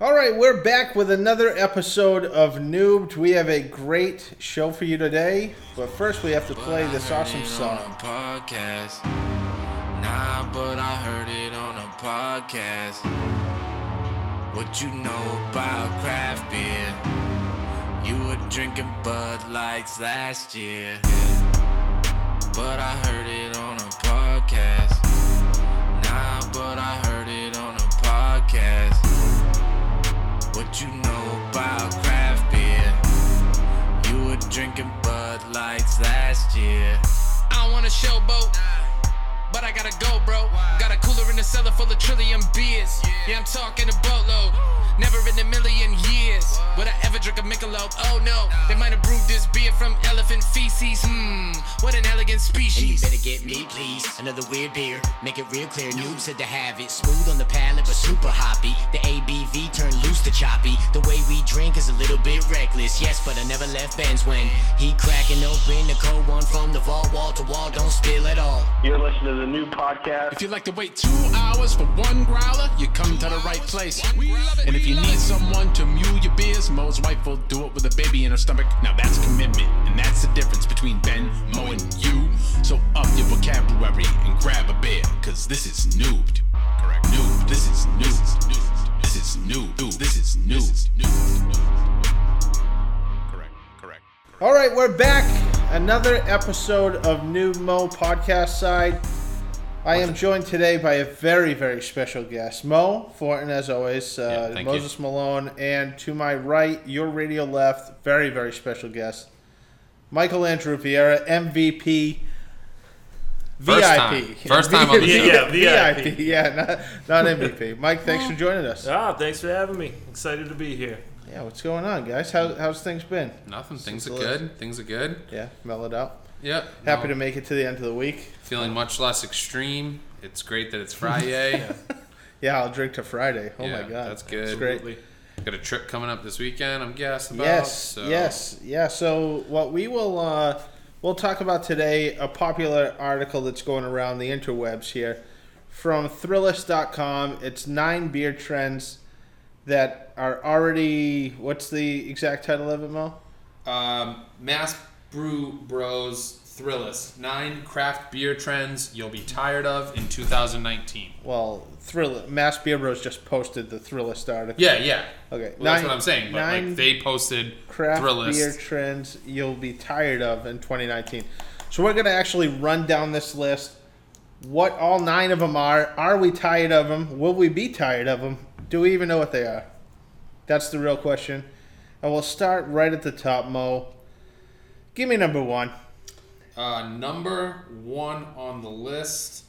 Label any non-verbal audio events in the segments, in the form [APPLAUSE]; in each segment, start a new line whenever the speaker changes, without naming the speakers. All right, we're back with another episode of Noobed. We have a great show for you today, but first we have to play this awesome song.
podcast. Nah, but I heard it on a podcast. What you know about craft beer? You were drinking Bud Lights last year. But I heard it on a podcast. Nah, but I heard it on a podcast. What you know about craft beer? You were drinking Bud Lights last year. I don't wanna showboat, but I gotta go, bro. Got a cooler in the cellar full of trillion beers. Yeah, I'm talking a boatload. Never in a million years would I ever drink a Michelob. Oh no, they might have brewed this beer from elephant feces. Hmm, what an elegant
And you
species.
better get me, please. Another weird beer. Make it real clear. Noobs had to have it. Smooth on the palate, but super hoppy. The ABV turned loose to choppy. The way we drink is a little bit reckless. Yes, but I never left Ben's when he cracking open the cold one from the vault, wall to wall. Don't spill at all.
You're listening to the new podcast.
If you like to wait two hours for one growler, you come to the right place. And if you need someone to mule your beers, Mo's wife will do it with a baby in her stomach. Now that's commitment, and that's the difference between Ben, Mo, and you. So up your vocabulary and grab a beer, cause this is noobed. Correct. Noob. This is noob. This is noob. This is noob. Correct. Correct.
All right, we're back. Another episode of New Mo Podcast Side. I am joined today by a very, very special guest, Mo Fortin, as always, uh,
Yeah, thank you.
Moses Malone, and to my right, your radio left, very, very special guest, Michael Andrew Vieira, MVP,
First
VIP.
time. First time
[LAUGHS]
on the show.
Yeah, yeah,
VIP. Yeah, not, not MVP. Mike, thanks for joining us.
Ah, thanks for having me. Excited to be here.
Yeah, what's going on, guys? How, how's things been?
Nothing. Things are
the last-
good. Things are good.
Yeah, mellowed out.
Yep.
Happy
No,
to make it to the end of the week.
feeling much less extreme. It's
[LAUGHS]
great that it's Friday.
Yeah, I'll drink to Friday. Oh
Yeah,
my god,
that's good.
It's great.
Absolutely.
Got a trip coming up this weekend. I'm gassed about.
Yes,
so.
yes, yeah. So what we will uh, we'll talk about today a popular article that's going around the interwebs here from Thrillist.com. It's nine beer trends that are already. What's the exact title of it, Mo?
Um, Mass Brew Bros Thrillist. Nine craft beer trends you'll be tired of in 2019.
Well, Thrill Mass Beer Bros just posted the Thrillist article.
Yeah, yeah.
Okay,
Well, that's what I'm saying. But like they posted
craft
Thrillist.
beer trends you'll be tired of in 2019. So we're going to actually run down this list. What all nine of them are? Are we tired of them? Will we be tired of them? Do we even know what they are? That's the real question. And we'll start right at the top, Mo. Give me number one.
Uh, number one on the list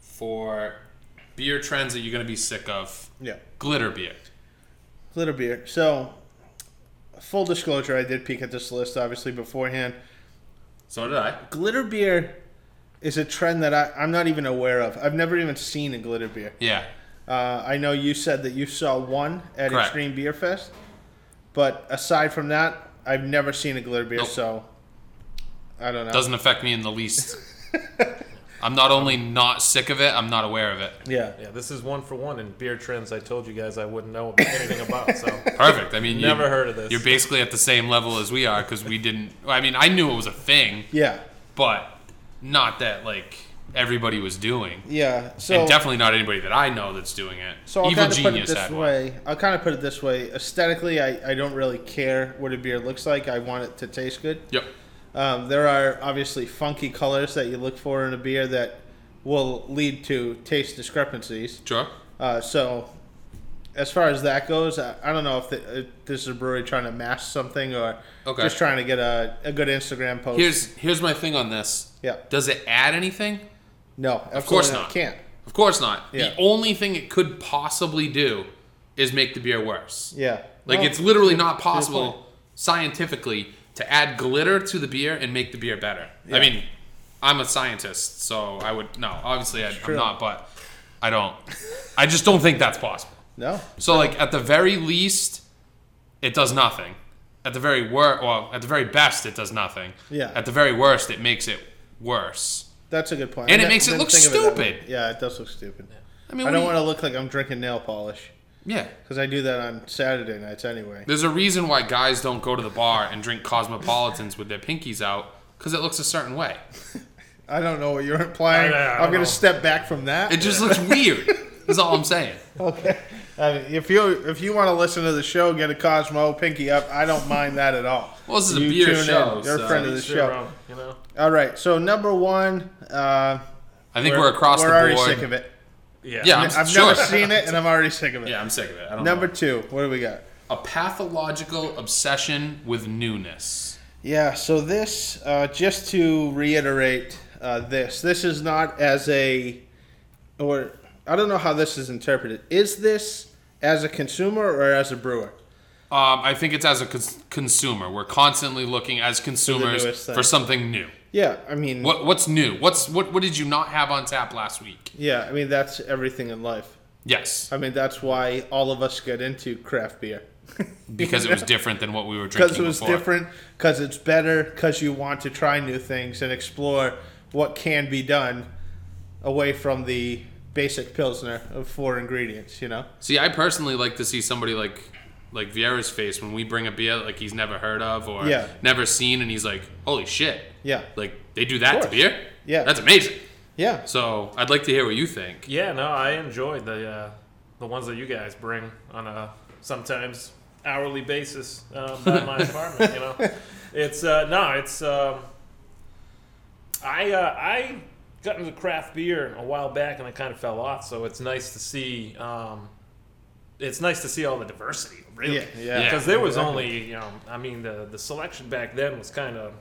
for beer trends that you're going to be sick of
Yeah,
glitter beer.
glitter beer. So, full disclosure, I did peek at this list obviously beforehand.
So did I.
Glitter beer is a trend that I, I'm not even aware of. I've never even seen a glitter beer.
Yeah.
Uh, I know you said that you saw one at
Correct.
Extreme Beer Fest, but aside from that, I've never seen a glitter beer,
Nope.
so I don't know.
Doesn't affect me in the [LAUGHS] least. I'm not only not sick of it, I'm not aware of it.
yeah.
Yeah, this is one for one in beer trends. I told you guys I wouldn't know anything about, so
Perfect. I mean,
never
[LAUGHS] you,
heard of this.
You're basically at the same level as we are because we didn't. I mean, I knew it was a thing,
yeah,
but not that like everybody was doing,
yeah. So
and definitely not anybody that I know that's doing it.
So I'll
Evil
kind of put it
Genius
this
had one.
way. I'll kind of put it this way. Aesthetically, I, I don't really care what a beer looks like. I want it to taste good.
Yep.
Um, there are obviously funky colors that you look for in a beer that will lead to taste discrepancies.
Sure.
Uh, so, as far as that goes, I, I don't know if the, uh, this is a brewery trying to mask something or
Okay.
just trying to get a, a good Instagram post.
Here's here's my thing on this.
Yeah.
Does it add anything?
no, of
course not.
Can't.
Of course not.
Yeah.
The only thing it could possibly do is make the beer worse.
Yeah.
Like
No.
it's literally not
point.
possible scientifically to add glitter to the beer and make the beer better. I mean, I'm a scientist, so I would no. Obviously, I,
true.
I'm not, but I don't. I just don't think that's possible.
no.
So, like at the very least, it does nothing. At the very worst, well, at the very best, it does nothing.
Yeah.
At the very worst, it makes it worse.
That's a good point.
And it
I
makes it
didn't
look
think of that way.
stupid.
yeah, it does look stupid.
I mean,
I don't
what do you-
want to look like I'm drinking nail polish.
Yeah.
because I do that on Saturday nights anyway.
There's a reason why guys don't go to the bar and drink cosmopolitans with their pinkies out because it looks a certain way.
I don't know what you're [LAUGHS] implying.
I- I- I
I,
don't
am gonna
know.
step back from that.
It just looks weird. That's all I'm saying.
okay. I mean, if you if you want to listen to the show, get a Cosmo pinky up. I don't mind that at all.
Well, this is a
You
beer
tune in.
show,
You're
so-
a friend of the
Each their
show.
own, you know.
All right. So number one, uh,
I think we're, across
we're
the board.
already sick of
[LAUGHS]
it.
Yeah.
Yeah, I'm
I've
sure.
never seen it, and I'm already sick of it.
Yeah, I'm sick of it. I don't
Number
know.
two, what do we got?
a pathological obsession with newness.
Yeah, so this, uh, just to reiterate uh, this, this is not as a, or I don't know how this is interpreted. Is this as a consumer or as a brewer?
Um, I think it's as a cons- consumer, we're constantly looking as consumers
newest thing.
for something new.
Yeah, I mean,
What what's new? What's what what did you not have on tap last week?
yeah, I mean that's everything in life.
Yes,
I mean that's why all of us get into craft beer
[LAUGHS] because it was different than what we were drinking
because it was
before.
different, because it's better, because you want to try new things and explore what can be done away from the basic pilsner of four ingredients. You know.
See, I personally like to see somebody like like Vieira's face when we bring a beer like he's never heard of or
Yeah.
never seen, and he's like, "Holy shit!"
Yeah.
like they do that to
course.
beer.
Yeah.
that's amazing.
Yeah.
So I'd like to hear what you think.
Yeah, no, I enjoyed the uh, the ones that you guys bring on a sometimes hourly basis um, by
[LAUGHS]
my apartment. You know, it's uh, no, it's um, I uh, I got into craft beer a while back and I kind of fell off. So it's nice to see um, it's nice to see all the diversity. Really,
Yeah, yeah. Yeah,
Because there was only you know, I mean the the selection back then was kind of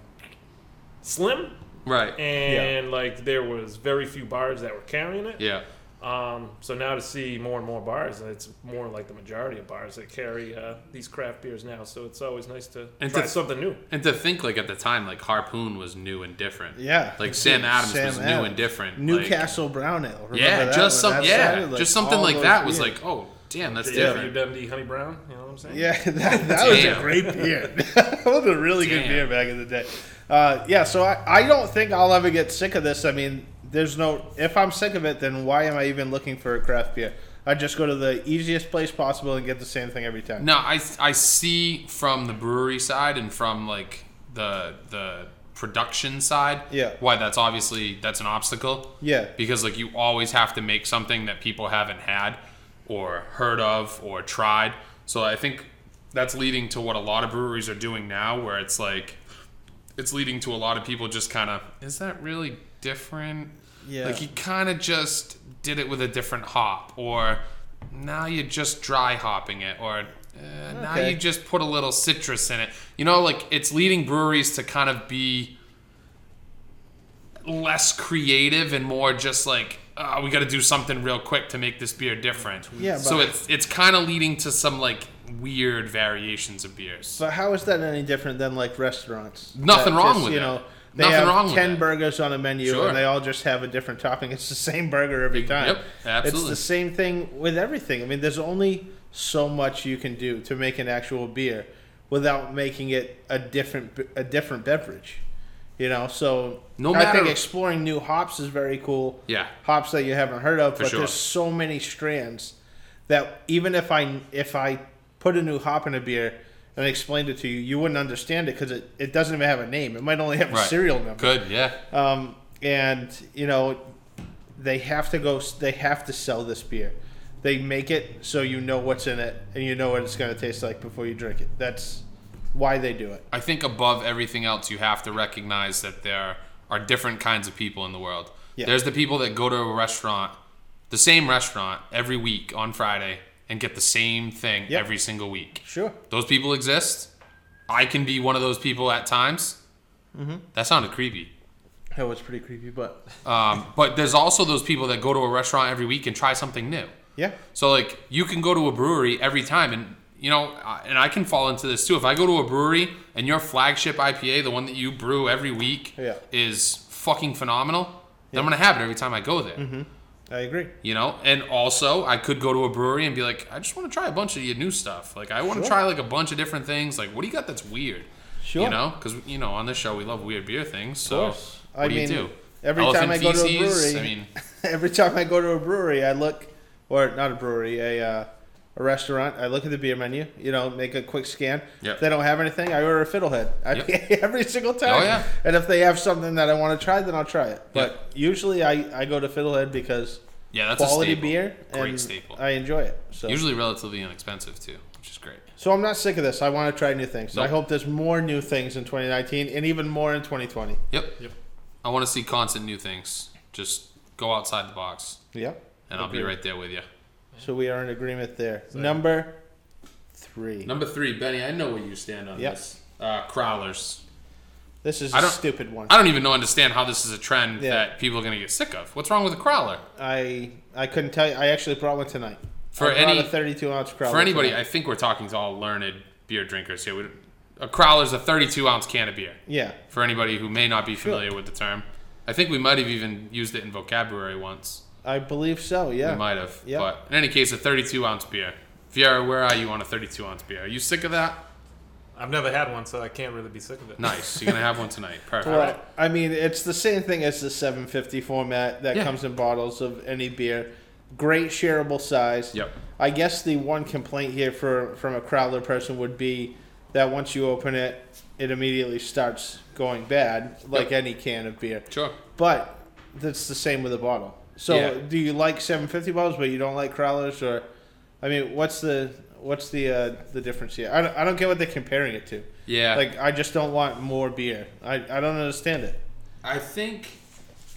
slim,
Right.
and like there was very few bars that were carrying it.
yeah.
Um, so now to see more and more bars, it's more like the majority of bars that carry uh, these craft beers now. So it's always nice to
And
try
to-
something new.
And to think, like at the time, like Harpoon was new and different.
Yeah.
Like Sam Adams
Sam
was new
Adams.
and different. like-
Newcastle Brown Ale. Remember
yeah,
that
just
one?
some.
That
Yeah,
sounded like
just something
all
like
those
that was
beers.
like, oh, damn, that's
Yeah.
different.
WMD Honey Brown, you know what I'm saying?
Yeah, [LAUGHS] that, that was a
Damn.
great
[LAUGHS]
beer. that was a really good
Damn.
beer back in the day. Uh, yeah, so I, I don't think I'll ever get sick of this. I mean, there's no. If I'm sick of it, then why am I even looking for a craft beer? I just go to the easiest place possible and get the same thing every time.
No, I I see from the brewery side and from like the the production side.
Yeah.
Why that's obviously that's an obstacle.
Yeah.
Because like you always have to make something that people haven't had or heard of or tried. So I think that's leading to what a lot of breweries are doing now where it's like it's leading to a lot of people just kind of is that really different?
Yeah.
Like he kind of just did it with a different hop, or now you're just dry hopping it, or uh, now
Okay.
you just put a little citrus in it. You know, like it's leading breweries to kind of be less creative and more just like uh, we got to do something real quick to make this beer different.
Yeah,
so
but-
it's it's kind of leading to some like weird variations of beers.
But how is that any different than like restaurants?
Nothing
That
wrong with
you
it.
Know, they
Nothing
have
wrong with
ten
it.
burgers on a menu,
Sure.
and they all just have a different topping. It's the same burger every
Yep,
time. It's
absolutely.
the same thing with everything. I mean, there's only so much you can do to make an actual beer without making it a different b- a different beverage. You know, so
No
I think
matter-
exploring new hops is very cool.
Yeah.
hops that you haven't heard of,
For
but
sure.
there's so many strands that even if I if I put a new hop in a beer and explained it to you, you wouldn't understand it because it, it doesn't even have a name. It might only have a
Right.
serial number.
Good, yeah.
Um, and you know, they have to go. They have to sell this beer. They make it so you know what's in it and you know what it's going to taste like before you drink it. That's why they do it.
I think above everything else, you have to recognize that there are different kinds of people in the world.
Yeah.
There's the people that go to a restaurant, the same restaurant every week on Friday, and get the same thing
Yep.
every single week.
Sure.
Those people exist. I can be one of those people at times.
Mm-hmm.
That sounded creepy.
That was pretty creepy, but
Um, but there's also those people that go to a restaurant every week and try something new.
yeah,
So like you can go to a brewery every time, and you know, I- and I can fall into this too. If I go to a brewery and your flagship IPA, the one that you brew every week,
Yeah.
is fucking phenomenal, then I'm gonna have it every time I go there.
I agree.
You know, and also I could go to a brewery and be like, I just want to try a bunch of your new stuff. Like I want to
Sure.
try like a bunch of different things. Like what do you got that's weird?
Sure.
You know, because you know on this show we love weird beer things. So
course.
what
I
do
mean,
you do?
every time I go to a brewery- [LAUGHS]
I mean,
Every time I go to a brewery, I look, or not a brewery, a uh, a restaurant. I look at the beer menu, you know, make a quick scan.
Yep.
If they don't have anything, I order a fiddlehead I,
Yep.
[LAUGHS] every single time.
Oh, yeah.
And if they have something that I want to try, then I'll try it. But usually I, I go to fiddlehead because
Yeah, that's
quality
a staple.
beer
Great
and
staple.
I enjoy it. So
Usually relatively inexpensive too, which is great.
so I'm not sick of this. I want to try new things. So I
Nope.
hope there's more new things in 2019 and even more in 2020.
Yep. Yep. I want to see constant new things. Just go outside the box,
Yep.
and I'll be
Agreed.
right there with you.
So we are in agreement there. Number three.
Number three, Benny. I know where you stand on
Yep.
this. Uh, crowlers.
This is
I
a
don't-
stupid one.
I don't even know understand how this is a trend
Yeah.
that people are going to get sick of. What's wrong with a crowler?
I I couldn't tell you. I actually brought one tonight.
For
I brought
any-
a 32 ounce crowler.
For anybody,
tonight.
I think we're talking to all learned beer drinkers here. We, a crowler's a 32 ounce can of beer.
yeah,
For anybody who may not be familiar with the term, I think we might have even used it in vocabulary once.
I believe so. Yeah,
We might have.
Yeah.
But in any case, a 32 ounce beer. Vieira, where are you on a 32 ounce beer? Are you sick of that?
I've never had one, so I can't really be sick of it.
Nice. You're gonna have one
[LAUGHS]
tonight. Perfect.
Well, I mean, it's the same thing as the 750 format that
Yeah.
comes in bottles of any beer. Great shareable size.
Yep.
I guess the one complaint here for from a crowler person would be that once you open it, it immediately starts going bad, like any can of beer.
Sure.
But that's the same with a bottle. So
Yeah.
do you like 750 bottles, but you don't like crowlers, or I mean, what's the what's the uh, the difference here? I don't, I don't get what they're comparing it to.
Yeah.
Like I just don't want more beer. I, I don't understand it.
I think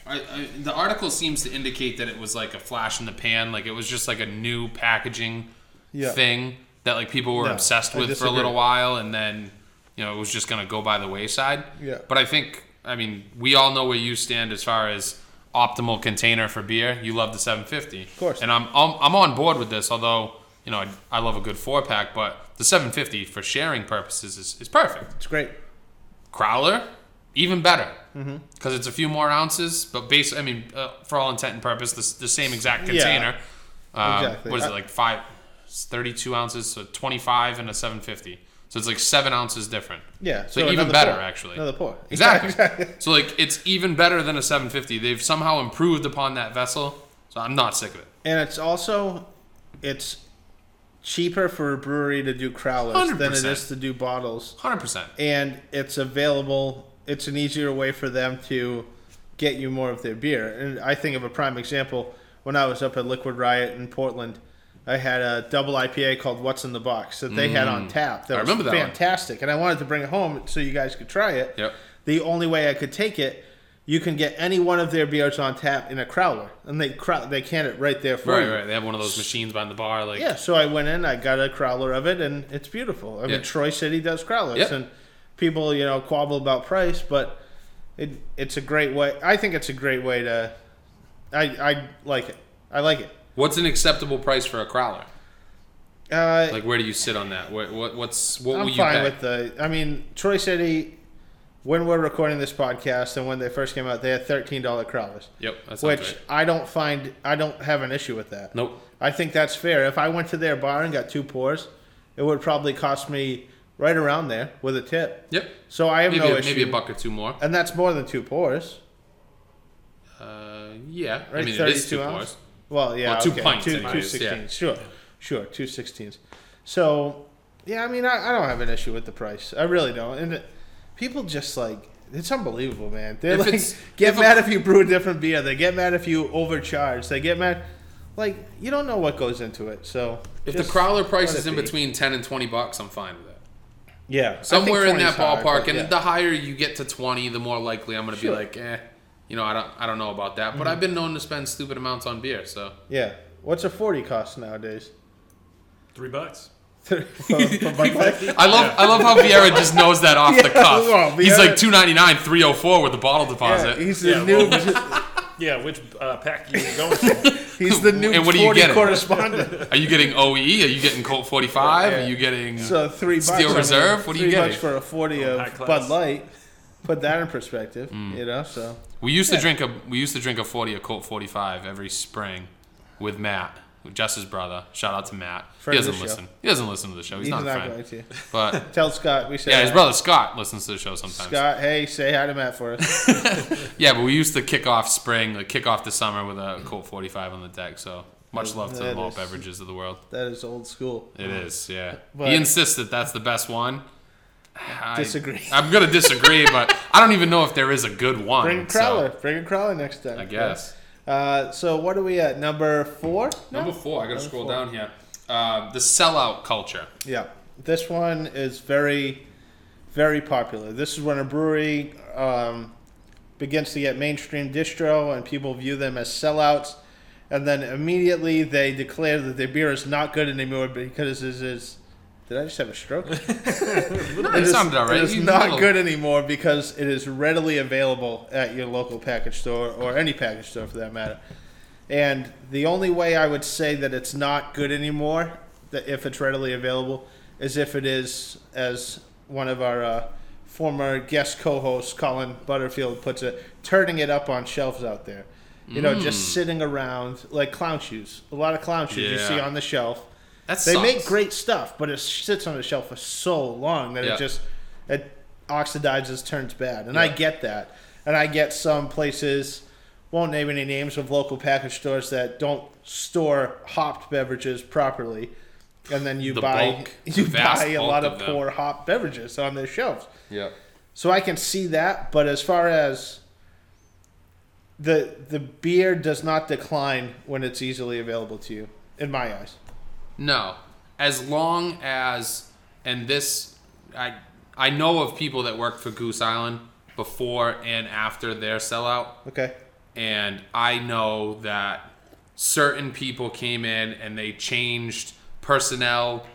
I, I, the article seems to indicate that it was like a flash in the pan, like it was just like a new packaging
Yeah.
thing that like people were
No,
obsessed
I
with for a
disagree.
little while, and then you know it was just gonna go by the wayside.
Yeah.
But I think I mean we all know where you stand as far as optimal container for beer. You love the 750, of
course.
and I'm I'm, I'm on board with this, although. You know, I, I love a good four pack, but the 750 for sharing purposes is, is perfect.
It's great.
Crowler, even better. Because
Mm-hmm.
it's a few more ounces, but base, I mean, uh, for all intent and purpose, the, s- the same exact container. Um,
Exactly.
What is
I-
it, like five, it's 32 ounces, so 25 and a 750. So it's like seven
[LAUGHS]
ounces different.
Yeah.
So, even better,
pour.
actually.
Another pour. [LAUGHS]
Exactly.
exactly.
So like it's even better than a 750. They've somehow improved upon that vessel, so I'm not sick of it.
And it's also it's cheaper for a brewery to do crowlers than it
100%.
is to do bottles.
100%.
and it's available. It's an easier way for them to get you more of their beer. And I think of a prime example when I was up at Liquid Riot in Portland. I had a double IPA called What's in the Box that they had on tap. That
Mm. I
was
remember that one.
fantastic, and I wanted to bring it home so you guys could try it.
Yep.
The only way I could take it, you can get any one of their beers on tap in a crowler, and they crow- they can it right there for
Right,
you.
right. They have one of those machines behind the bar, like
Yeah, so I went in, I got a crowler of it, and it's beautiful. I
Yeah.
mean, Troy City does crowlers,
Yeah.
and people, you know, quabble about price, but it it's a great way. I think it's a great way to. I I like it. I like it.
what's an acceptable price for a crowler?
Uh,
Like where do you sit on that? What, what what's what will
I'm
you
fine
pay?
with the. I mean, Troy City, when we're recording this podcast and when they first came out, they had thirteen dollar crowlers,
Yep, that's
which
right.
I don't find. I don't have an issue with that.
Nope.
I think that's fair. If I went to their bar and got two pours, it would probably cost me right around there with a tip.
Yep.
So I have
Maybe,
no
a,
issue. Uh,
maybe a buck or two more.
And that's more than two pours,
Uh, yeah.
right?
I mean, it is
Thirty-two
two
ounce.
pours.
Well, yeah,
Well, two
okay.
pints
two,
anyways,
two
yeah.
16s. Sure, sure, two sixteens. So, yeah, I mean, I, I don't have an issue with the price. I really don't. And uh, people just like it's unbelievable, man. They
If
like
it's-
[LAUGHS] get
if a-
mad if you brew a different beer. They get mad if you overcharge. They get mad. Like you don't know what goes into it. So
If
just
the crowler price
let
is
it
in
be.
between ten and twenty bucks, I'm fine with it.
yeah, I think
Somewhere in
20
that
is high,
ballpark,
but
and
yeah.
the higher you get to twenty, the more likely I'm going to
Sure. Mm-hmm.
be like, eh, you know, I don't, I don't know about that. But I've been known to spend stupid amounts on beer, so
yeah. What's a forty cost
[LAUGHS]
nowadays?
Three bucks.
For- for Bud Light?
I love, I love how Vieira
[LAUGHS]
just knows that off the
Yeah,
cuff.
well,
He's
Vieira-
like two ninety nine, three oh four with the bottle deposit.
Yeah, he's the
Yeah,
new.
Yeah, which uh, pack you were going to?
[LAUGHS] he's the new
And what do you
forty
get
[LAUGHS]
it?
correspondent.
Are you getting OE? Are you getting Colt forty five?
Yeah.
Are you getting?
so three bucks.
Steel
I mean,
Reserve? What do you
three
get?
bucks for a forty
high
of
class.
Bud Light. Put that in perspective,
Mm.
you know. So
We used to drink a we used to drink a forty a Colt forty five every spring with Matt, with Jess's brother. Shout out to Matt.
Friend
he
of the
doesn't
show.
listen. He doesn't listen to the show. He's,
he's
not,
not,
a friend.
going to.
[LAUGHS]
[LAUGHS]
But
Tell Scott we say
yeah, his
hi.
brother Scott listens to the show sometimes.
Scott, hey, say hi to Matt for us. [LAUGHS]
Yeah, but we used to kick off spring, like kick off the summer with a Colt forty five on the deck. So Much love to
That
the malt
is-
beverages of the world.
That is old school.
It is, yeah.
But-
he insists that that's the best one. I,
Disagree.
I'm gonna disagree, but
[LAUGHS]
I don't even know if there is a good one.
Bring a
so
crawler. Bring a crawler next time.
I guess.
Uh, so what are we at? Number four? now?
Number four. I gotta scroll
four.
down here. Uh, the sellout culture.
Yeah. This one is very, very popular. This is when a brewery um, begins to get mainstream distro and people view them as sellouts. And then immediately they declare that their beer is not good anymore because it is. Did I just have a stroke?
No, it sounded all right.
It is
You
not
know.
good anymore because it is readily available at your local package store or any package store for that matter. And the only way I would say that it's not good anymore, that if it's readily available, is if it is, as one of our uh, former guest co-hosts, Colin Butterfield, puts it, turning it up on shelves out there. You know,
Mm.
just sitting around like clown shoes. A lot of clown shoes you
Yeah.
see on the shelf.
That's
They make great stuff, but it sits on the shelf for so long that
Yeah.
it just it oxidizes, turns bad. And I
Yeah.
get that. And I get some places won't name any names of local package stores that don't store hopped beverages properly. And then you
The
buy [LAUGHS]
bulk, the
you
vast
buy a
bulk
lot
of
of
them.
poor hop beverages on their shelves.
Yeah.
So I can see that, but as far as the the beer does not decline when it's easily available to you, in my eyes.
No. As long as and this I I know of people that worked for Goose Island before and after their sellout
Okay.
and I know that certain people came in and they changed personnel,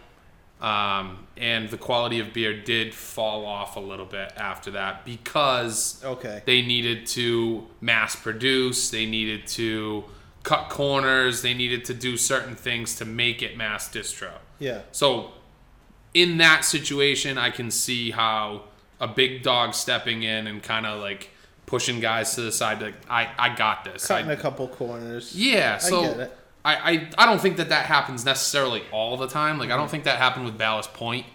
um, and the quality of beer did fall off a little bit after that because
Okay.
they needed to mass produce, they needed to cut corners, they needed to do certain things to make it mass distro.
Yeah.
So in that situation, I can see how a big dog stepping in and kind of like pushing guys to the side, like I, I got this.
cutting
I,
a couple corners.
yeah. So I,
get it.
I, I, don't think that that happens necessarily all the time. Like I
Mm-hmm.
don't think that happened with Ballast Point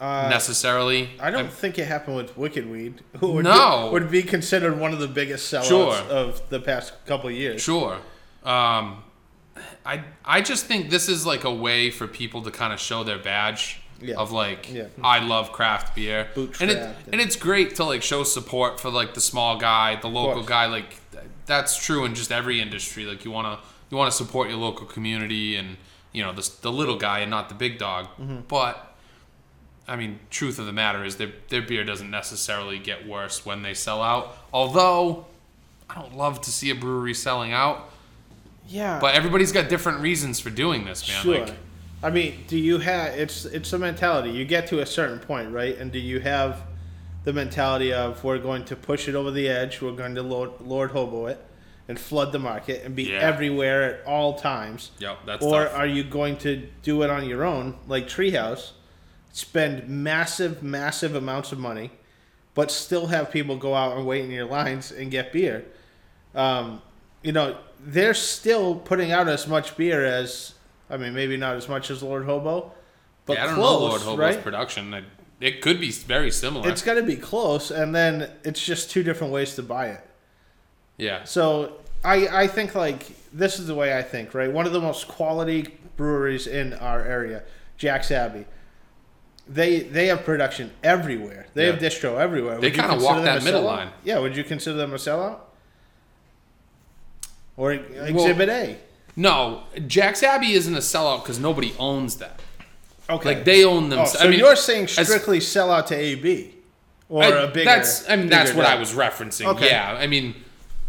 necessarily.
Uh, I don't think it happened with Wicked Weed, [LAUGHS] who would
No.
be, would be considered one of the biggest sellouts
Sure.
of the past couple of years.
Sure. Um, I I just think this is like a way for people to kind of show their badge
Yeah.
of like
Yeah.
I love craft beer, and it
Bootstrap.
and it's great to like show support for like the small guy, the local
course.
guy. Like th- that's true in just every industry. Like you wanna you wanna support your local community and you know the s- the little guy and not the big dog,
Mm-hmm.
but. I mean, truth of the matter is their their beer doesn't necessarily get worse when they sell out. Although, I don't love to see a brewery selling out.
Yeah,
But everybody's got different reasons for doing this, man.
sure.
Like,
I mean, do you have it's it's a mentality. You get to a certain point, right? And do you have the mentality of we're going to push it over the edge, we're going to Lord, Lord Hobo it, and flood the market and be
Yeah.
everywhere at all times?
Yep, that's
Or
tough.
are you going to do it on your own, like Treehouse, spend massive, massive amounts of money, but still have people go out and wait in your lines and get beer? um, you know, they're still putting out as much beer as, I mean, maybe not as much as Lord Hobo, but
yeah, I don't know Lord
close,
Hobo's
right?
production. It, it could be very similar.
It's got to be close, and then it's just two different ways to buy it.
yeah.
So I, I think like this is the way I think, right? One of the most quality breweries in our area, Jack's Abbey. They they have production everywhere. They
Yeah.
have distro everywhere. Would you
kinda
consider
walk
them
that
a
middle
sellout?
line.
Yeah, would you consider them a sellout? Or Exhibit A.
No, Jack's Abbey isn't a sellout because nobody owns that.
Okay.
Like they own them.
Oh, so you're saying strictly sell out to AB or a
I-
bigger?
That's I mean that's
bigger
what
dog?
I was referencing.
Okay.
Yeah, I mean,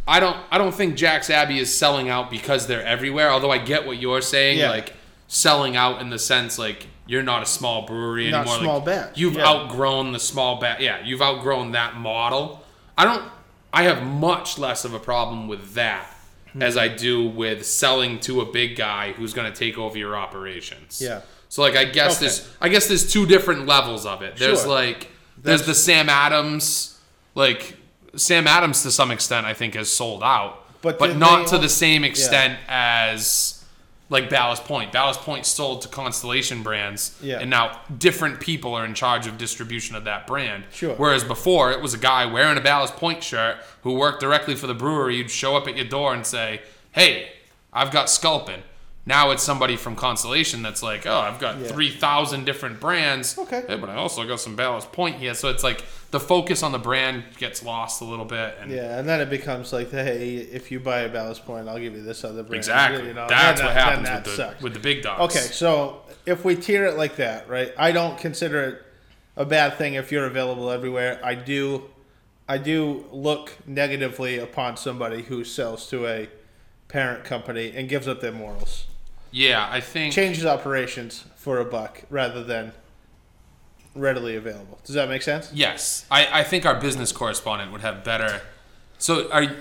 I don't I don't think Jack's Abbey is selling out because they're everywhere. Although I get what you're saying,
Yeah.
like selling out in the sense like you're not a small brewery
Not
anymore.
small
like,
batch,
You've
yeah.
outgrown the small batch. Yeah, you've outgrown that model. I don't. I have much less of a problem with that.
Hmm.
As I do with selling to a big guy who's going to take over your operations.
Yeah.
So like I guess
Okay.
there's I guess there's two different levels of it. There's
Sure.
like there's the Sam Adams, like Sam Adams to some extent I think has sold out,
But
but
did
not
they
to
al-
the same extent as like Ballast Point. Ballast Point sold to Constellation Brands,
Yeah.
and now different people are in charge of distribution of that brand.
Sure.
Whereas before it was a guy wearing a Ballast Point shirt who worked directly for the brewery. You'd show up at your door and say, "Hey, I've got Sculpin." Now it's somebody from Constellation that's like, oh, I've got
Yeah.
three thousand different brands.
Okay.
Hey, but I also got some Ballast Point here, so it's like the focus on the brand gets lost a little bit. And
Yeah, and then it becomes like, hey, if you buy a ballast point, I'll give you this other brand.
exactly,
You know,
that's
then
what
that-
happens
then
with the
that sucks.
with the big dogs.
Okay, so if we tier it like that, right? I don't consider it a bad thing if you're available everywhere. I do, I do look negatively upon somebody who sells to a parent company and gives up their morals,
Yeah, I think.
changes operations for a buck rather than readily available. Does that make sense?
Yes, I, I think our business correspondent would have better. So, are you-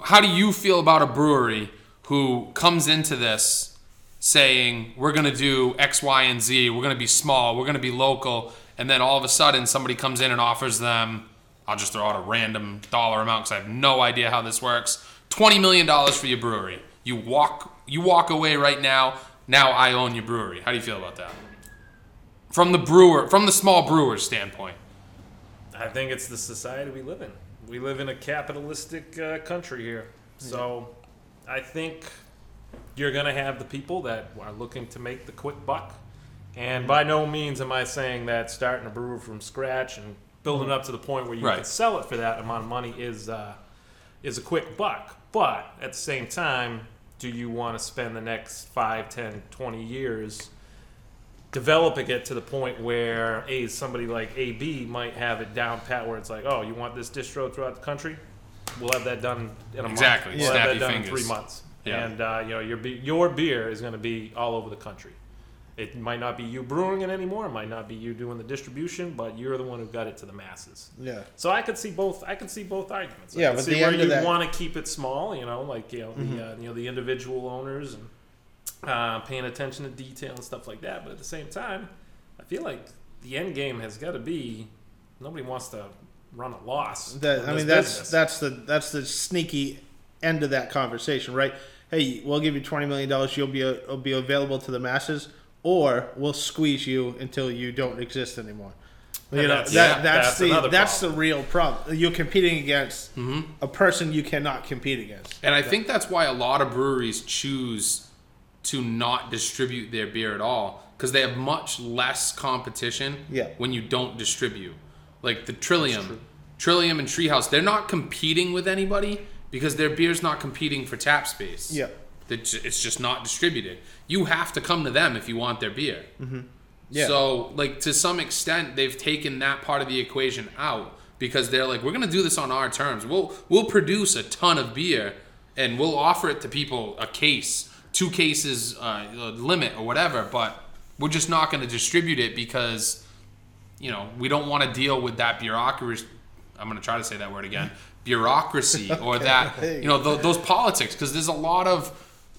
how do you feel about a brewery who comes into this saying we're going to do X, Y, and Z, we're going to be small, we're going to be local, and then all of a sudden somebody comes in and offers them, I'll just throw out a random dollar amount because I have no idea how this works, twenty million dollars for your brewery. You walk you walk away right now. Now I own your brewery. How do you feel about that? From the brewer, from the small brewer's standpoint.
I think it's the society we live in. We live in a capitalistic uh, country here. So I think you're going to have the people that are looking to make the quick buck. And by no means am I saying that starting a brewer from scratch and building up to the point where you
Right.
can sell it for that amount of money is uh, is a quick buck. But at the same time, do you want to spend the next 5, 10, 20 years developing it to the point where a somebody like AB might have it down pat where it's like, oh, you want this distro throughout the country? We'll have that done in a
Exactly,
month. We'll have
snappy
that done in
fingers.
three months.
Yeah.
And uh, you know your be- your beer is going to be all over the country. It might not be you brewing it anymore. It might not be you doing the distribution, but you're the one who got it to the masses.
Yeah.
So I could see both. I could see both arguments. I
Yeah,
could
but
see
the
where
end
you
of that- Mm-hmm.
want to keep it small, you know, like you know, the, uh, you know the individual owners and uh, paying attention to detail and stuff like that. But at the same time, I feel like the end game has got to be nobody wants to run a loss. in
That I
this
mean, that's
business.
that's the that's the sneaky end of that conversation, right? Hey, we'll give you twenty million dollars. You'll be will be available to the masses, or we'll squeeze you until you don't exist anymore. You know,
That's-
that,
yeah,
that's,
that's
the
another
that's the real problem. You're competing against a person you cannot compete against.
And I think that's why a lot of breweries choose to not distribute their beer at all because they have much less competition
Yeah.
when you don't distribute. Like the Trillium, Trillium and Treehouse, they're not competing with anybody because their beer's not competing for tap space.
Yeah.
It's it's just not distributed. You have to come to them if you want their beer.
Yeah.
So, like to some extent, they've taken that part of the equation out because they're like, we're gonna do this on our terms. We'll we'll produce a ton of beer and we'll offer it to people a case, two cases uh, uh, limit or whatever. But we're just not gonna distribute it because you know we don't want to deal with that bureaucracy. I'm gonna try to say that
[LAUGHS]
word again. Bureaucracy or that you know th- those politics because there's a lot of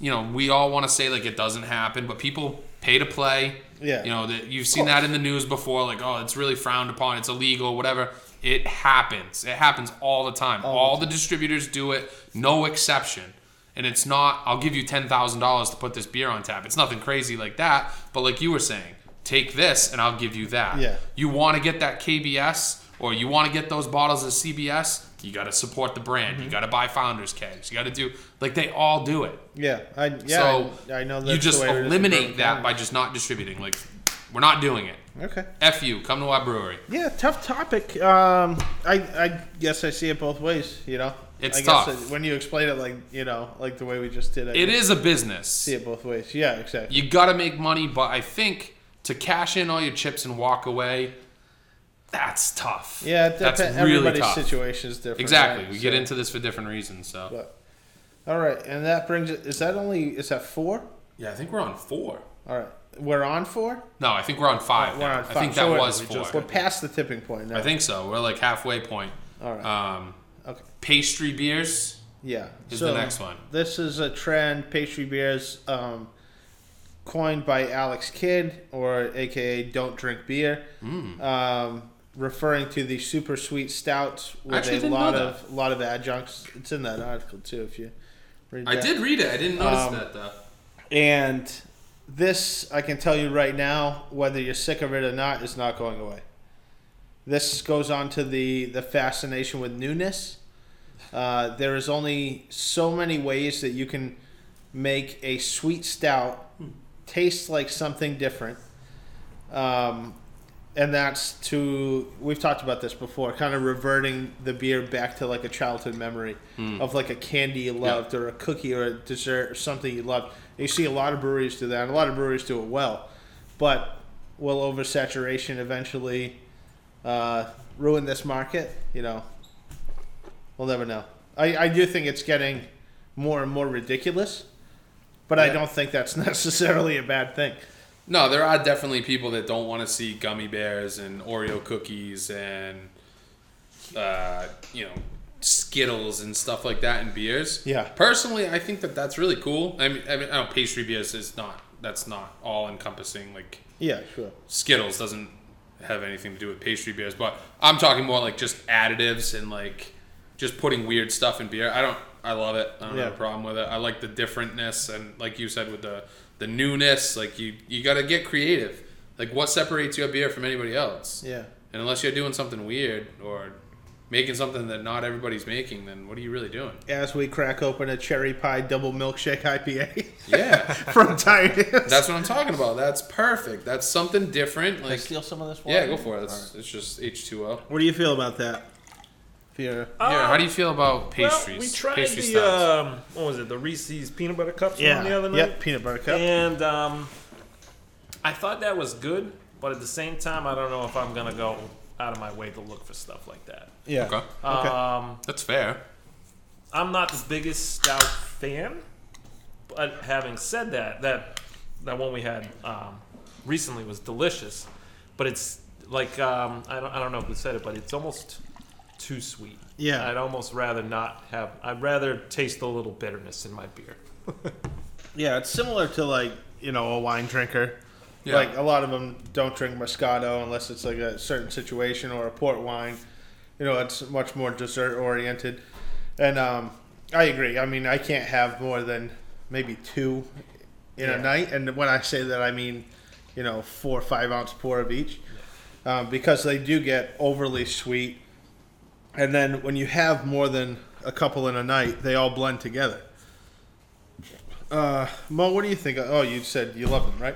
you know we all want to say like it doesn't happen, but people pay to play.
Yeah.
You know that you've seen that in the news before, like oh, it's really frowned upon, it's illegal, whatever. It happens. It happens all the time. all the distributors do it, no exception. And it's not. I'll give you ten thousand dollars to put this beer on tap. It's nothing crazy like that. But like you were saying, take this and I'll give you that.
Yeah.
You want to get that KBS or you want to get those bottles of CBS. You got to support the brand. You got to buy Founders kegs. You got to do like they all do it
yeah, I yeah,
so
I, I know. That's
you just
the way it is in
eliminate
Bergen
that by
County.
just not distributing. Like, we're not doing it.
okay.
F you. Come to our brewery.
Yeah, tough topic. Um, I I guess I see it both ways. You know,
It's
I
tough.
Guess that when you explain it like you know, like the way we just did. I
It
guess
is a
I
business.
see it both ways. Yeah, exactly.
You got to make money, but I think to cash in all your chips and walk away, that's tough.
Yeah, it
that's
depen- everybody's situation is different.
Exactly.
right?
We get
So-
into this for different reasons. So
But, all right, and that brings it. Is that only? Is that four?
yeah, I think we're on four.
All right, we're on four.
No, I think we're on 5
We're
now.
on five.
I think
So
that
we're-
was
we
four.
just- We're past the tipping point now.
I think so. We're like halfway point.
All right.
Um,
Okay.
pastry beers.
Yeah.
Is the next one.
This is a trend pastry beers um, coined by Alex Kidd, or AKA Don't Drink Beer,
Mm.
um, referring to the super sweet stouts with
actually
a
didn't
lot
know
of lot of adjuncts. It's in that article too, if you read.
I
that.
did read it. I didn't notice
Um,
that though.
And this, I can tell you right now, whether you're sick of it or not, is not going away. This goes on to the, the fascination with newness. Uh, there is only so many ways that you can make a sweet stout taste like something different. Um, and that's to we've talked about this before, kind of reverting the beer back to like a childhood memory of like a candy you loved or a cookie or a dessert or something you loved. You see a lot of breweries do that, and a lot of breweries do it well, but will oversaturation eventually uh, ruin this market? You know, we'll never know. I, I do think it's getting more and more ridiculous, but I
Yeah.
don't think that's [LAUGHS] necessarily a bad thing.
No, there are definitely people that don't want to see gummy bears and Oreo cookies and uh, you know Skittles and stuff like that in beers.
Yeah.
Personally, I think that that's really cool. I mean, I mean, oh, pastry beers is not that's not all encompassing. Like
Yeah, sure.
Skittles doesn't have anything to do with pastry beers, but I'm talking more like just additives and like just putting weird stuff in beer. I don't. I love it. I don't have
Yeah.
a problem with it. I like the differentness and like you said with the the newness. Like you you got to get creative. Like what separates your beer from anybody else?
Yeah.
And unless you're doing something weird or making something that not everybody's making, then what are you
[LAUGHS]
really doing?
As we crack open a cherry pie double milkshake
[LAUGHS]
IPA
Yeah.
from Tiny.
That's what I'm talking about. That's perfect. That's something different. Like
some of this
yeah, go for it. It's, it's just H2O.
What do you feel about that? Fiera?
Yeah, how do you feel about pastries?
Um, Well, we tried
pastry
the
styles?
um, what was it? The Reese's peanut butter cups one the other night.
Yep, peanut butter cup.
And um, I thought that was good, but at the same time, I don't know if I'm gonna go out of my way to look for stuff like that.
yeah.
okay,
Okay.
Um,
that's fair.
I'm not the biggest stout fan, but having said that, that that one we had um, recently was delicious, but it's like um, I don't I don't know who said it, but it's almost too sweet.
Yeah.
I'd almost rather not have. I'd rather taste a little bitterness in my beer.
yeah, it's similar to like, you know, a wine drinker.
Yeah.
Like a lot of them don't drink Moscato unless it's like a certain situation or a port wine. You know, it's much more dessert oriented. And um, I agree. I mean, I can't have more than maybe two in a night. And when I say that, I mean, you know, four or five ounce pour of each um, because they do get overly sweet. And then when you have more than a couple in a night, they all blend together. Uh, Mo, what do you think? Oh, you said you love them, right?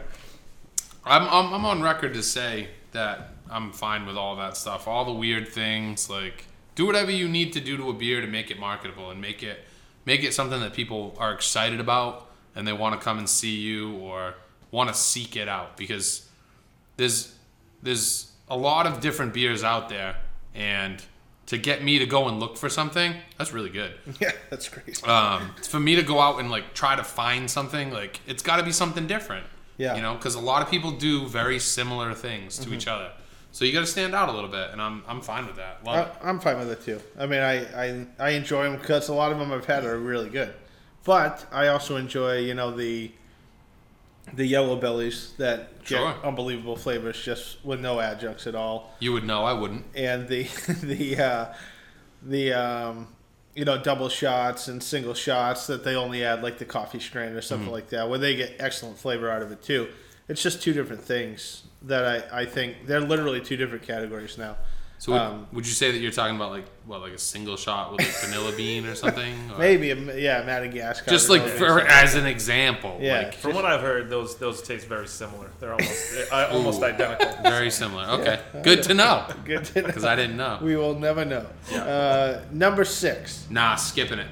[LAUGHS]
I'm, I'm I'm on record to say that I'm fine with all that stuff. All the weird things, like do whatever you need to do to a beer to make it marketable and make it make it something that people are excited about and they want to come and see you or want to seek it out because there's there's a lot of different beers out there and to get me to go and look for something that's really good
Yeah, that's crazy.
um, for me to go out and like try to find something like it's got to be something different
Yeah. Mm-hmm.
you know because a lot of people do very similar things to each other so you got to stand out a little bit and i'm i'm fine with that love
I, I'm fine with it too. I mean, I, I, I enjoy them because a lot of them I've had are really good, but I also enjoy you know the the yellow bellies that get
Sure.
unbelievable flavors just with no adjuncts at all.
it you would know i wouldn't
and the [LAUGHS] the uh, the um, you know double shots and single shots that they only add like the coffee strain or something
Mm-hmm.
like that, where they get excellent flavor out of it too. It's just two different things that I, I think they're literally two different categories now.
so would,
Um,
would you say that you're talking about like what like a single shot
[LAUGHS]
with like vanilla bean or something or
Maybe yeah, Madagascar.
just
or
like
something.
for as an example
Yeah.
like
From what I've heard, those those taste very similar. They're almost they're, uh, almost
Ooh.
identical.
very similar okay good to know
[LAUGHS] good to
[LAUGHS] because
know.
i didn't know
[LAUGHS] We will never know. Uh, number six,
nah skipping it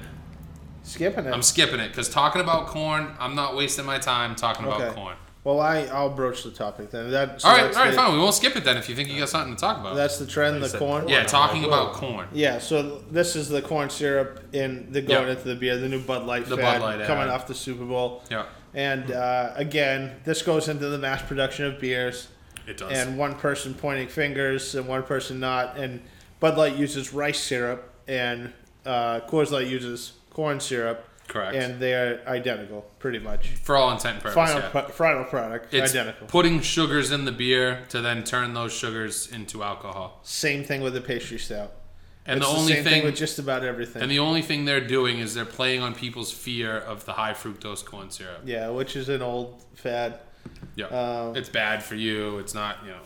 skipping it.
i'm skipping it because talking about corn i'm not wasting my time talking about corn
Well, I I'll broach the topic then. That, so
all right,
that's
all right,
the,
fine. We won't skip it then if you think you got something to talk about.
That's the trend. the
said
corn.
yeah,
corn.
talking
Whoa.
about corn.
Yeah, so this is the corn syrup in the going
Yep.
into the beer, the new Bud Light
The
fad
Bud Light
coming
ad.
off the Super Bowl.
Yeah,
And uh, again, this goes into the mass production of beers,
it does.
and one person pointing fingers and one person not. And Bud Light uses rice syrup, and uh, Coors Light uses corn syrup.
Correct.
And they are identical, pretty much.
For all intent and purpose,
Final
yeah.
pro- final product,
it's
identical.
putting sugars in the beer to then turn those sugars into alcohol.
Same thing with the pastry stout.
And
it's
the
the
only
same
thing,
with just about everything.
and the only thing they're doing is they're playing on people's fear of the high fructose corn syrup.
yeah, which is an old fad.
Yeah,
Um,
it's bad for you. It's not you know,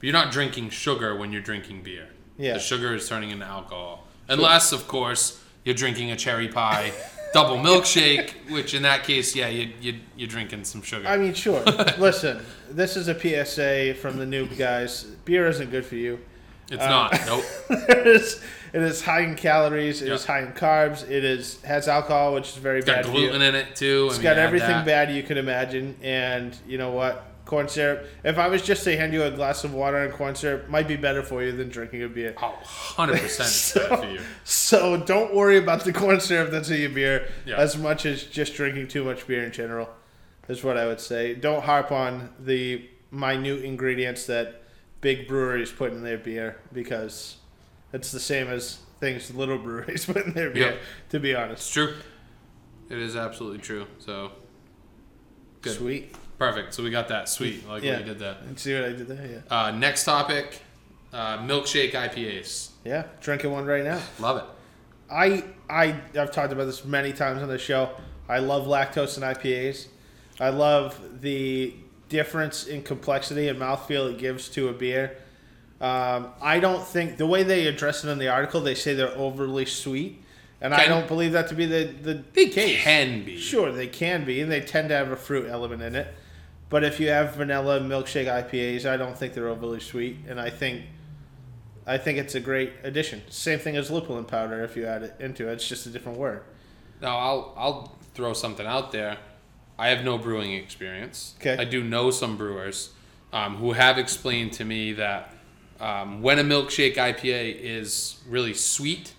you're not drinking sugar when you're drinking beer.
Yeah.
the sugar is turning into alcohol, unless of course you're drinking a cherry pie double
[LAUGHS]
milkshake, which in that case, yeah, you, you, you're drinking some sugar.
I mean,
[LAUGHS]
sure. Listen, this is a PSA from the noob guys. Beer isn't good for you. [LAUGHS]
it's
Uh,
not. Nope.
it is it is high in calories. It is
Yeah.
high in carbs. It is has alcohol, which is very
It's got
bad. for you.
gluten in it, too.
It's got everything bad you could imagine, and you know what? Corn syrup. If I was just to hand you a glass of water and corn syrup, might be better for you than drinking a beer.
Oh, 100%
[LAUGHS]
it's bad for you.
So don't worry about the corn syrup that's in your beer
Yeah.
as much as just drinking too much beer in general. Is what I would say. Don't harp on the minute ingredients that big breweries put in their beer because it's the same as things little [LAUGHS] breweries put in their beer.
Yeah.
To be honest,
It's true. It is absolutely true. So, Good.
sweet.
perfect. So we got that. Sweet. I Like
Yeah,
we did that.
And see what I did there. Yeah,
Uh, next topic uh, milkshake IPAs.
yeah. Drinking one right now.
Love it.
I I I've talked about this many times on the show. I love lactose and IPAs. I love the difference in complexity and mouthfeel it gives to a beer. Um, I don't think the way they address it in the article, they say they're overly sweet, and I
Can-
don't believe that to be the the
They can be.
Sure, they can be, and they tend to have a fruit element in it. But if you have vanilla milkshake IPAs, I don't think they're overly sweet, and I think, I think it's a great addition. Same thing as lupulin powder if you add it into it. It's just a different word.
Now I'll I'll throw something out there. I have no brewing experience.
'Kay.
I do know some brewers um, who have explained to me that um, when a milkshake IPA is really sweet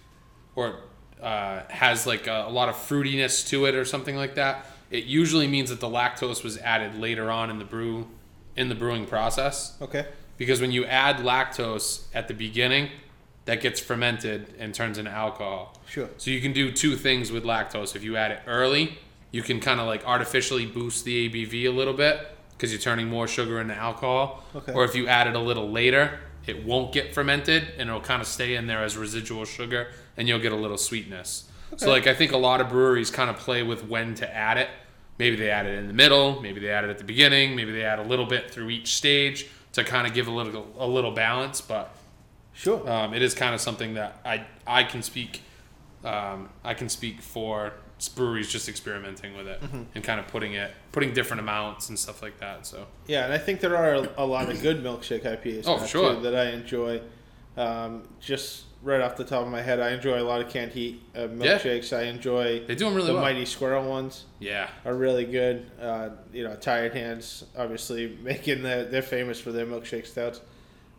or uh, has like a, a lot of fruitiness to it or something like that, it usually means that the lactose was added later on in the brew in the brewing process
Okay.
because when you add lactose at the beginning, that gets fermented and turns into alcohol.
Sure.
So you can do two things with lactose. If you add it early, you can kind of like artificially boost the ABV a little bit because you're turning more sugar into alcohol.
Okay.
Or if you add it a little later, it won't get fermented and it'll kind of stay in there as residual sugar and you'll get a little sweetness. So like I think a lot of breweries kind of play with when to add it. Maybe they add it in the middle, maybe they add it at the beginning, maybe they add a little bit through each stage to kind of give a little a little balance, but
Sure.
um, it is kind of something that I I can speak um, I can speak for breweries just experimenting with it and kind of putting it putting different amounts and stuff like that. So
Yeah, and I think there are a lot of good milkshake IPAs
Oh,
now,
sure.
too, that I enjoy. Um, just right off the top of my head, I enjoy a lot of canned heat uh, milkshakes. I enjoy
they do them really
the
well.
mighty squirrel ones.
Yeah,
are really good. Uh, you know, Tired Hands, obviously, [LAUGHS] making the, they're famous for their milkshake stouts,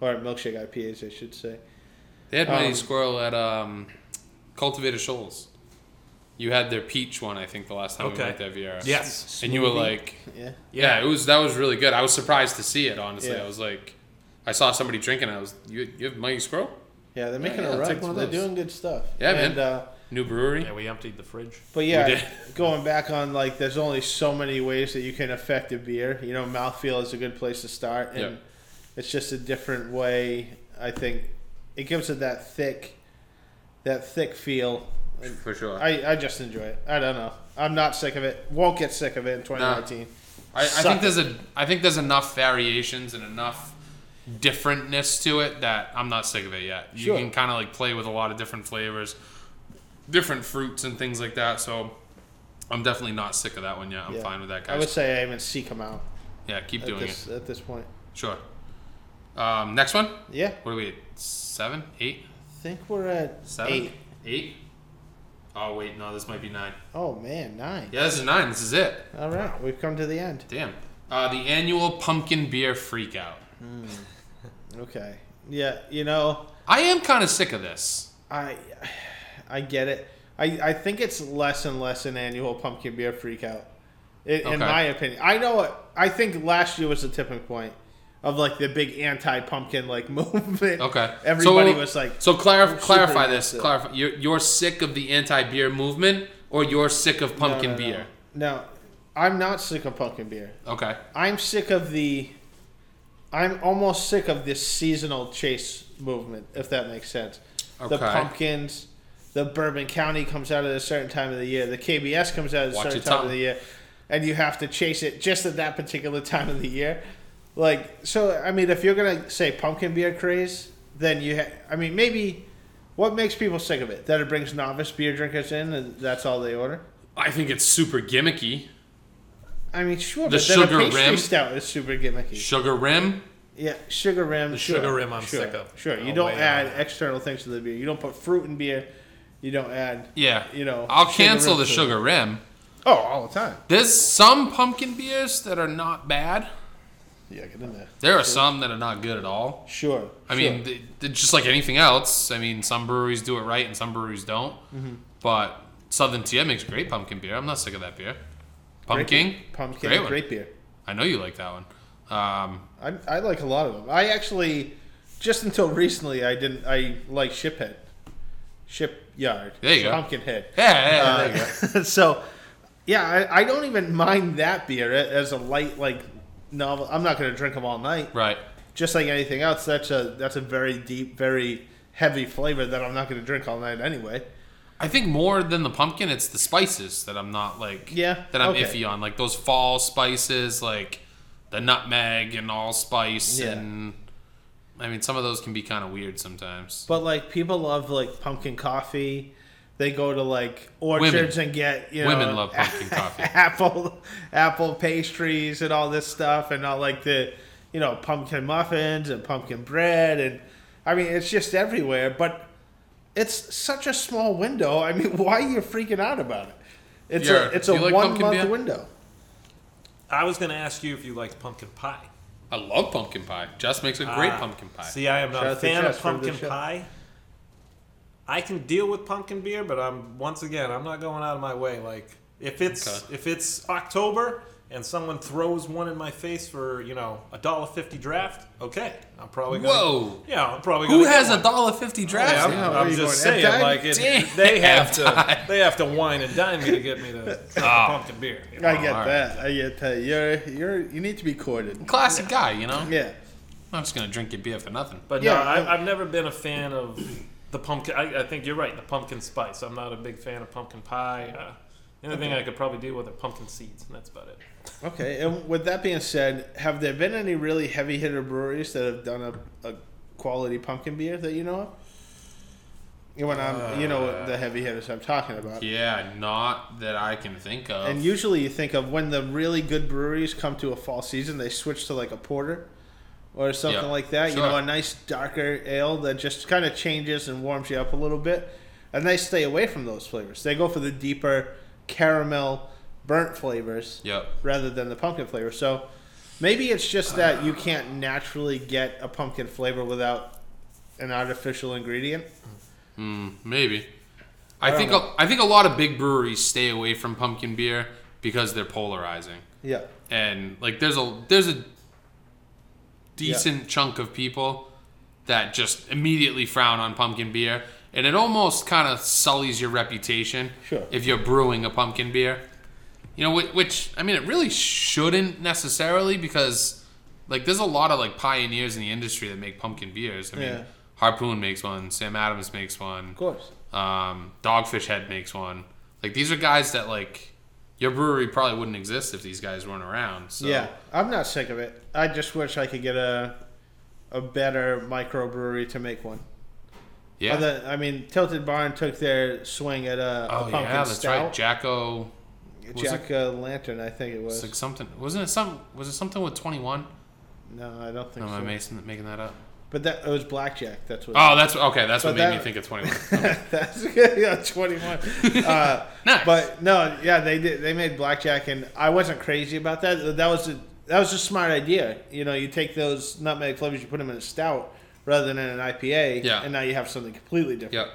or milkshake IPAs, I should say.
they had Mighty
Um,
Squirrel at um, Cultivated Shoals. You had their peach one, I think, the last time we
Okay.
went to Vieira.
Yes.
and you were
Smoothie.
like,
Yeah.
yeah, it was that was really good. I was surprised to see it. Honestly,
Yeah.
I was like, I saw somebody drinking. I was, you, you have Mighty Squirrel,
Yeah, they're making
yeah,
a
I'll
run.
take one of
they're
those.
doing good stuff.
Yeah, man.
and, Uh,
new brewery.
Yeah, we emptied the fridge.
but
We
yeah,
did.
[LAUGHS] going back on like, there's only so many ways that you can affect a beer. You know, mouthfeel is a good place to start, and
Yeah.
it's just a different way. I think it gives it that thick, that thick feel.
for sure.
I, I just enjoy it. I don't know. I'm not sick of it. Won't get sick of it in 2019.
I, I
Suck
think there's a I think there's enough variations and enough differentness to it that I'm not sick of it yet. You
Sure.
can kind of like play with a lot of different flavors, different fruits and things like that. So I'm definitely not sick of that one yet. I'm
Yeah.
fine with that,
I would
guys.
say I even seek them out
yeah, keep
at
doing
this,
it.
at this point.
Sure. Um, next one.
Yeah,
What are we? At? Seven, eight,
I think we're at
seven,
eight.
eight? Oh wait, no, this might be nine.
Oh man, nine.
Yeah, this is nine. This is it.
All right, we've come to the end.
Damn. Uh, the annual pumpkin beer freakout.
Okay. Yeah, you know,
I am kind of sick of this.
I, I get it. I, I think it's less and less an annual pumpkin beer freakout, in,
Okay.
in my opinion. I know it. I think last year was the tipping point of like the big anti pumpkin like [LAUGHS] movement.
Okay.
Everybody
So-
was like,
So clarif- clarify
against
this.
it.
Clarify. You're, you're sick of the anti-beer movement, or you're sick of
"No,
pumpkin
no, no."
beer.
No, I'm not sick of pumpkin beer.
Okay.
I'm sick of the. I'm almost sick of this seasonal chase movement, if that makes sense. The
Okay.
pumpkins, the Bourbon County comes out at a certain time of the year, the KBS comes out at a
Watch
certain
your
time
tongue.
of the year, and you have to chase it just at that particular time of the year. Like, so, I mean, if you're going to say pumpkin beer craze, then you, ha- I mean, maybe what makes people sick of it? That it brings novice beer drinkers in and that's all they order?
I think it's super gimmicky.
I mean, sure,
The
but then a
sugar
pastry
rim?
stout is super gimmicky.
Sugar rim.
yeah, sugar rim. The
sugar rim I'm
sure,
sick of.
Sure, you
Oh,
don't
way
add
out.
external things to the beer. You don't put fruit in beer. You don't add.
Yeah.
You know,
I'll
sugar
cancel
rim
the
too.
sugar rim.
Oh, all the time.
There's some pumpkin beers that are not bad.
Yeah, get in there.
There are some that are not good at all.
Sure.
I
sure.
mean, th- th- just like anything else. I mean, some breweries do it right and some breweries don't.
Mm-hmm.
But Southern Tier makes great pumpkin beer. I'm not sick of that beer. Pumpkin,
pumpkin,
great one.
grape beer.
I know you like that one. Um,
I, I like a lot of them. I actually, just until recently, I didn't. I like Shiphead, Shipyard.
There you go.
Pumpkin Head.
yeah, yeah, there you go.
Uh, [LAUGHS] so, yeah, I, I don't even mind that beer a- as a light like novel. I'm not going to drink them all night.
right.
Just like anything else, that's a that's a very deep, very heavy flavor that I'm not going to drink all night anyway.
I think more than the pumpkin, it's the spices that I'm not like.
Yeah,
That I'm
okay.
iffy on, like those fall spices, like the nutmeg and allspice,
Yeah.
and I mean some of those can be kind of weird sometimes.
But like people love like pumpkin coffee. They go to like orchards and get you know
Women love pumpkin
[LAUGHS]
coffee.
apple apple pastries and all this stuff and all like the you know pumpkin muffins and pumpkin bread and I mean it's just everywhere. But it's such a small window. I mean, [LAUGHS] why are you freaking out about it? It's a
Yeah.
it's
Do
a
you like
one
pumpkin
month
beer?
window.
I was going to ask you if you liked pumpkin pie.
I love pumpkin pie. Jess makes a great
Ah,
pumpkin pie.
See, I am not
Shout
a
out to
fan
Jess
of
for
pumpkin
the show.
pie. I can deal with pumpkin beer, but I'm once again, I'm not going out of my way. Like if it's
Okay.
if it's October and someone throws one in my face for you know a dollar fifty draft, okay, I'm probably gonna,
Whoa.
Yeah, I'm probably
Who
gonna get
has a
one.
dollar fifty
Yeah,
draft?
I'm,
Yeah,
I'm
where you
just
going,
saying,
halftime?
like it,
Damn.
they have to
Halftime.
they have to wine and dine me to get me to drink the
Ah.
pumpkin beer. you know?
I get
all right.
that. I get that. You're you're you need to be courted.
Classic guy, you know. I'm
Yeah.
not just gonna drink your beer for nothing.
But
Yeah,
no, I,
no.
I've never been a fan of the pumpkin. I, I think you're right. The pumpkin spice. I'm not a big fan of pumpkin pie. Uh, the only thing I could probably deal with are pumpkin seeds, and that's about it.
Okay, and with that being said, have there been any really heavy hitter breweries that have done a, a quality pumpkin beer that you know of? You know, When I'm, you know, the heavy hitters I'm talking about.
Yeah, not that I can think of.
And usually you think of when the really good breweries come to a fall season, they switch to like a porter or something
Yeah,
like that. You
sure.
know, a nice darker ale that just kind of changes and warms you up a little bit. And they stay away from those flavors. They go for the deeper caramel, burnt flavors
yep.
rather than the pumpkin flavor. So maybe it's just that you can't naturally get a pumpkin flavor without an artificial ingredient.
Maybe. I, think a, I think a lot of big breweries stay away from pumpkin beer because they're polarizing.
Yeah.
And like there's a there's a decent chunk of people that just immediately frown on pumpkin beer and it almost kind of sullies your reputation
Sure.
if you're brewing a pumpkin beer. You know, whi- which I mean it really shouldn't necessarily because like there's a lot of like pioneers in the industry that make pumpkin beers. I mean,
Yeah.
Harpoon makes one, Sam Adams makes one.
Of course.
Um, Dogfish Head makes one. Like these are guys that like your brewery probably wouldn't exist if these guys weren't around. So
Yeah. I'm not sick of it. I just wish I could get a a better microbrewery to make one.
yeah.
Other, I mean, Tilted Barn took their swing at a, a
oh
pumpkin
yeah, that's right.
stout.
Jacko was
Jack uh, Lantern, I think it was.
it's like something wasn't it some was it something with twenty one?
No, I don't think
Am I
so.
mason making that up?
But that it was Blackjack. That's what.
Oh, that's okay. That's what
But
made me
that-
think of twenty one.
[LAUGHS] that's [LAUGHS] yeah, twenty one. Uh,
[LAUGHS] nice.
But no, yeah, they did. They made blackjack, and I wasn't crazy about that. That was a that was a smart idea. You know, you take those nutmeg flavors, you put them in a stout rather than in an IPA,
Yeah.
and now you have something completely different.
yep.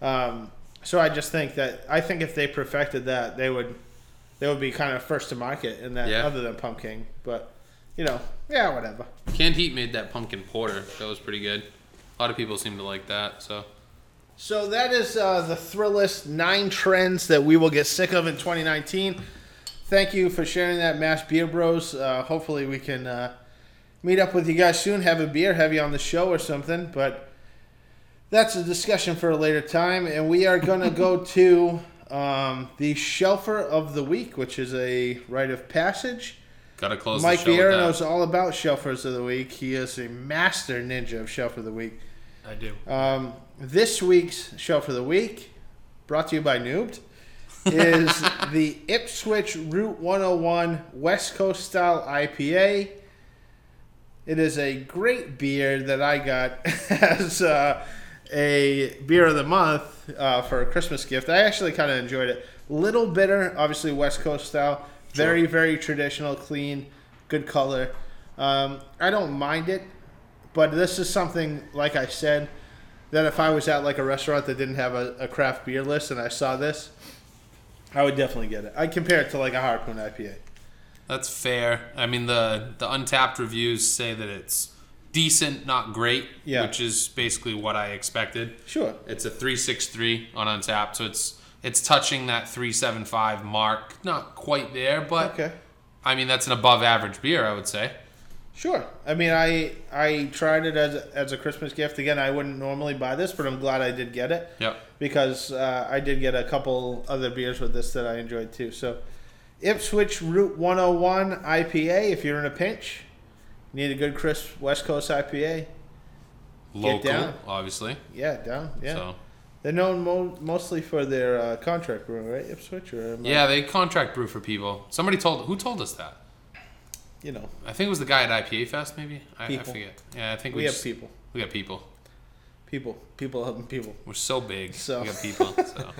Um, so I just think that I think if they perfected that, they would they would be kind of first to market in that,
Yeah.
other than pumpkin. But you know, yeah, whatever.
Canned Heat made that pumpkin porter. That was pretty good. A lot of people seem to like that. So
So that is uh, the Thrillist nine trends that we will get sick of in 2019. Thank you for sharing that, Mass Beer Bros. Uh, hopefully we can uh, meet up with you guys soon, have a beer, have you on the show or something. But that's a discussion for a later time. And we are going to go to um, the Shelfer of the Week, which is a rite of passage.
gotta close
Mike
the show with
Vieira
that.
knows all about Shelfers of the Week. He is a master ninja of Shelfer of the Week.
I do.
Um, this week's show for the week, brought to you by Noobed,
[LAUGHS]
is the Ipswich Route 101 West Coast Style IPA. It is a great beer that I got [LAUGHS] as uh, a beer of the month uh, for a Christmas gift. I actually kind of enjoyed it. Little bitter, obviously West Coast style. Very, very traditional, clean, good color. Um, I don't mind it, but this is something, like I said, that if I was at like a restaurant that didn't have a, a craft beer list and I saw this, I would definitely get it. I'd compare it to like a Harpoon IPA.
That's fair. I mean, the the untapped reviews say that it's decent, not great,
Yeah.
which is basically what I expected.
Sure.
It's a 363 on untapped, so it's it's touching that 375 mark. Not quite there, but
Okay.
I mean, that's an above average beer, I would say.
Sure. I mean, I I tried it as a, as a Christmas gift. Again, I wouldn't normally buy this, but I'm glad I did get it.
Yep.
Because uh, I did get a couple other beers with this that I enjoyed too. So, Ipswich Route 101 IPA. If you're in a pinch, you need a good crisp West Coast IPA.
Local,
down.
obviously.
Yeah, down. Yeah.
So
They're known mo- mostly for their uh, contract brewing, right? Ipswich or am I-
yeah, they contract brew for people. Somebody told who told us that.
you know,
I think it was the guy at IPA Fest, maybe. I, I
People.
forget. Yeah, I think we,
we have
just-
people,
We got people.
people, people helping people.
We're so big.
So.
We got people. So.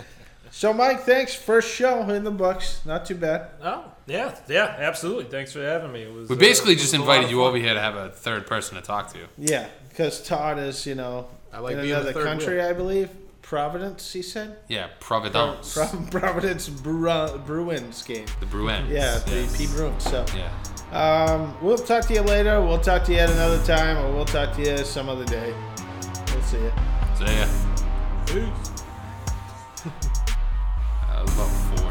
So, Mike, thanks. First show in the books. Not too bad.
Oh yeah, yeah, absolutely. Thanks for having me. It was,
We
uh,
basically
it was
just
a lot
invited
of
you
fun.
over here to have a third person to talk to.
Yeah, because Todd is, you know,
I like
in
being the
another
third
country, I believe. Providence, he said.
Yeah, Providence.
From Providence Bru- Bruins game.
the Bruins.
Yeah, the P Bruins. So,
Yeah.
um, we'll talk to you later. We'll talk to you at another time, or we'll talk to you some other day. We'll see you.
So yeah,
Peace.
that was about four.